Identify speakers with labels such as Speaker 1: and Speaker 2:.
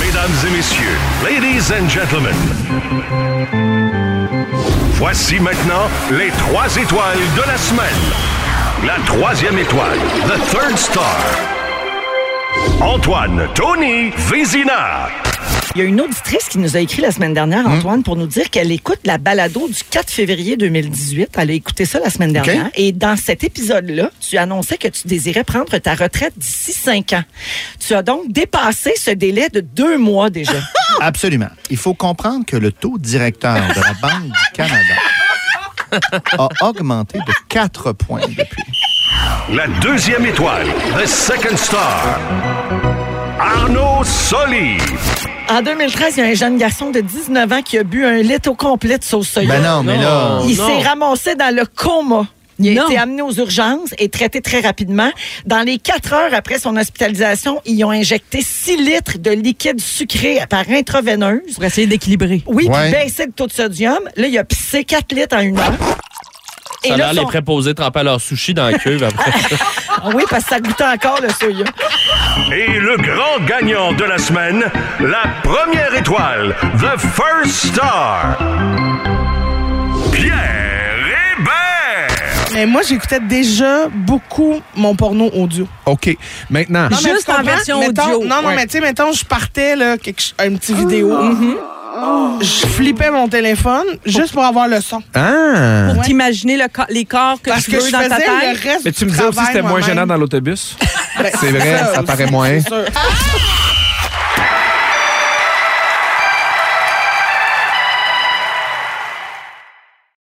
Speaker 1: Mesdames et messieurs, ladies and gentlemen, voici maintenant les trois étoiles de la semaine. La troisième étoile, the third star, Antoine Tony Vézina.
Speaker 2: Il y a une auditrice qui nous a écrit la semaine dernière,
Speaker 3: Hmm.
Speaker 2: Antoine, pour nous dire qu'elle écoute la balado du 4 février 2018. Elle a écouté ça la semaine dernière. Et dans cet épisode-là, tu annonçais que tu désirais prendre ta retraite d'ici cinq ans. Tu as donc dépassé ce délai de deux mois déjà.
Speaker 3: Absolument. Il faut comprendre que le taux directeur de la Banque du Canada a augmenté de 4 points depuis.
Speaker 1: La deuxième étoile, the second star, Arnaud Soli.
Speaker 2: en 2013, il y a un jeune garçon de 19 ans qui a bu un litre au complet de sauce soya.
Speaker 3: Ben non, mais là,
Speaker 2: Il
Speaker 4: non.
Speaker 2: s'est ramassé dans le coma. Il a
Speaker 4: Non.
Speaker 2: été amené aux urgences et traité très rapidement. Dans les quatre heures après son hospitalisation, ils ont injecté 6 litres de liquide sucré par intraveineuse.
Speaker 4: Pour essayer d'équilibrer.
Speaker 2: Oui,
Speaker 3: Ouais.
Speaker 2: puis baissé le taux de sodium. Là, il a pissé 4 litres en une heure. Et
Speaker 5: Ça a
Speaker 2: là,
Speaker 5: l'air les
Speaker 2: son-
Speaker 5: préposés tremper leur sushi dans la cuve après.
Speaker 2: Ah oui, parce que ça goûtait encore le soya.
Speaker 1: Et le grand gagnant de la semaine, la première étoile, The First Star, Pierre Hébert.
Speaker 6: Mais moi, j'écoutais déjà beaucoup mon porno audio.
Speaker 7: OK. Maintenant,
Speaker 4: Non, Ah, mais Juste
Speaker 6: tu comprends?
Speaker 4: en version
Speaker 6: Mettons-
Speaker 4: audio.
Speaker 6: Non, non,
Speaker 4: Ouais.
Speaker 6: mais tu sais, mettons, je partais, là, quelque ch- un petit vidéo.
Speaker 4: Mm-hmm.
Speaker 6: Je flippais mon téléphone juste pour avoir le son.
Speaker 7: ah!
Speaker 4: Pour
Speaker 6: Ouais.
Speaker 4: t'imaginer le co- les corps que
Speaker 6: Parce
Speaker 4: tu
Speaker 6: que
Speaker 4: veux
Speaker 6: je
Speaker 4: dans
Speaker 6: faisais
Speaker 4: ta tête.
Speaker 6: le reste
Speaker 7: Mais tu
Speaker 6: du
Speaker 7: me disais aussi que
Speaker 6: travail
Speaker 7: c'était moins
Speaker 6: moi-même.
Speaker 7: gênant dans l'autobus.
Speaker 6: Ben,
Speaker 7: C'est vrai, ça
Speaker 6: aussi,
Speaker 7: paraît moins.
Speaker 6: c'est sûr.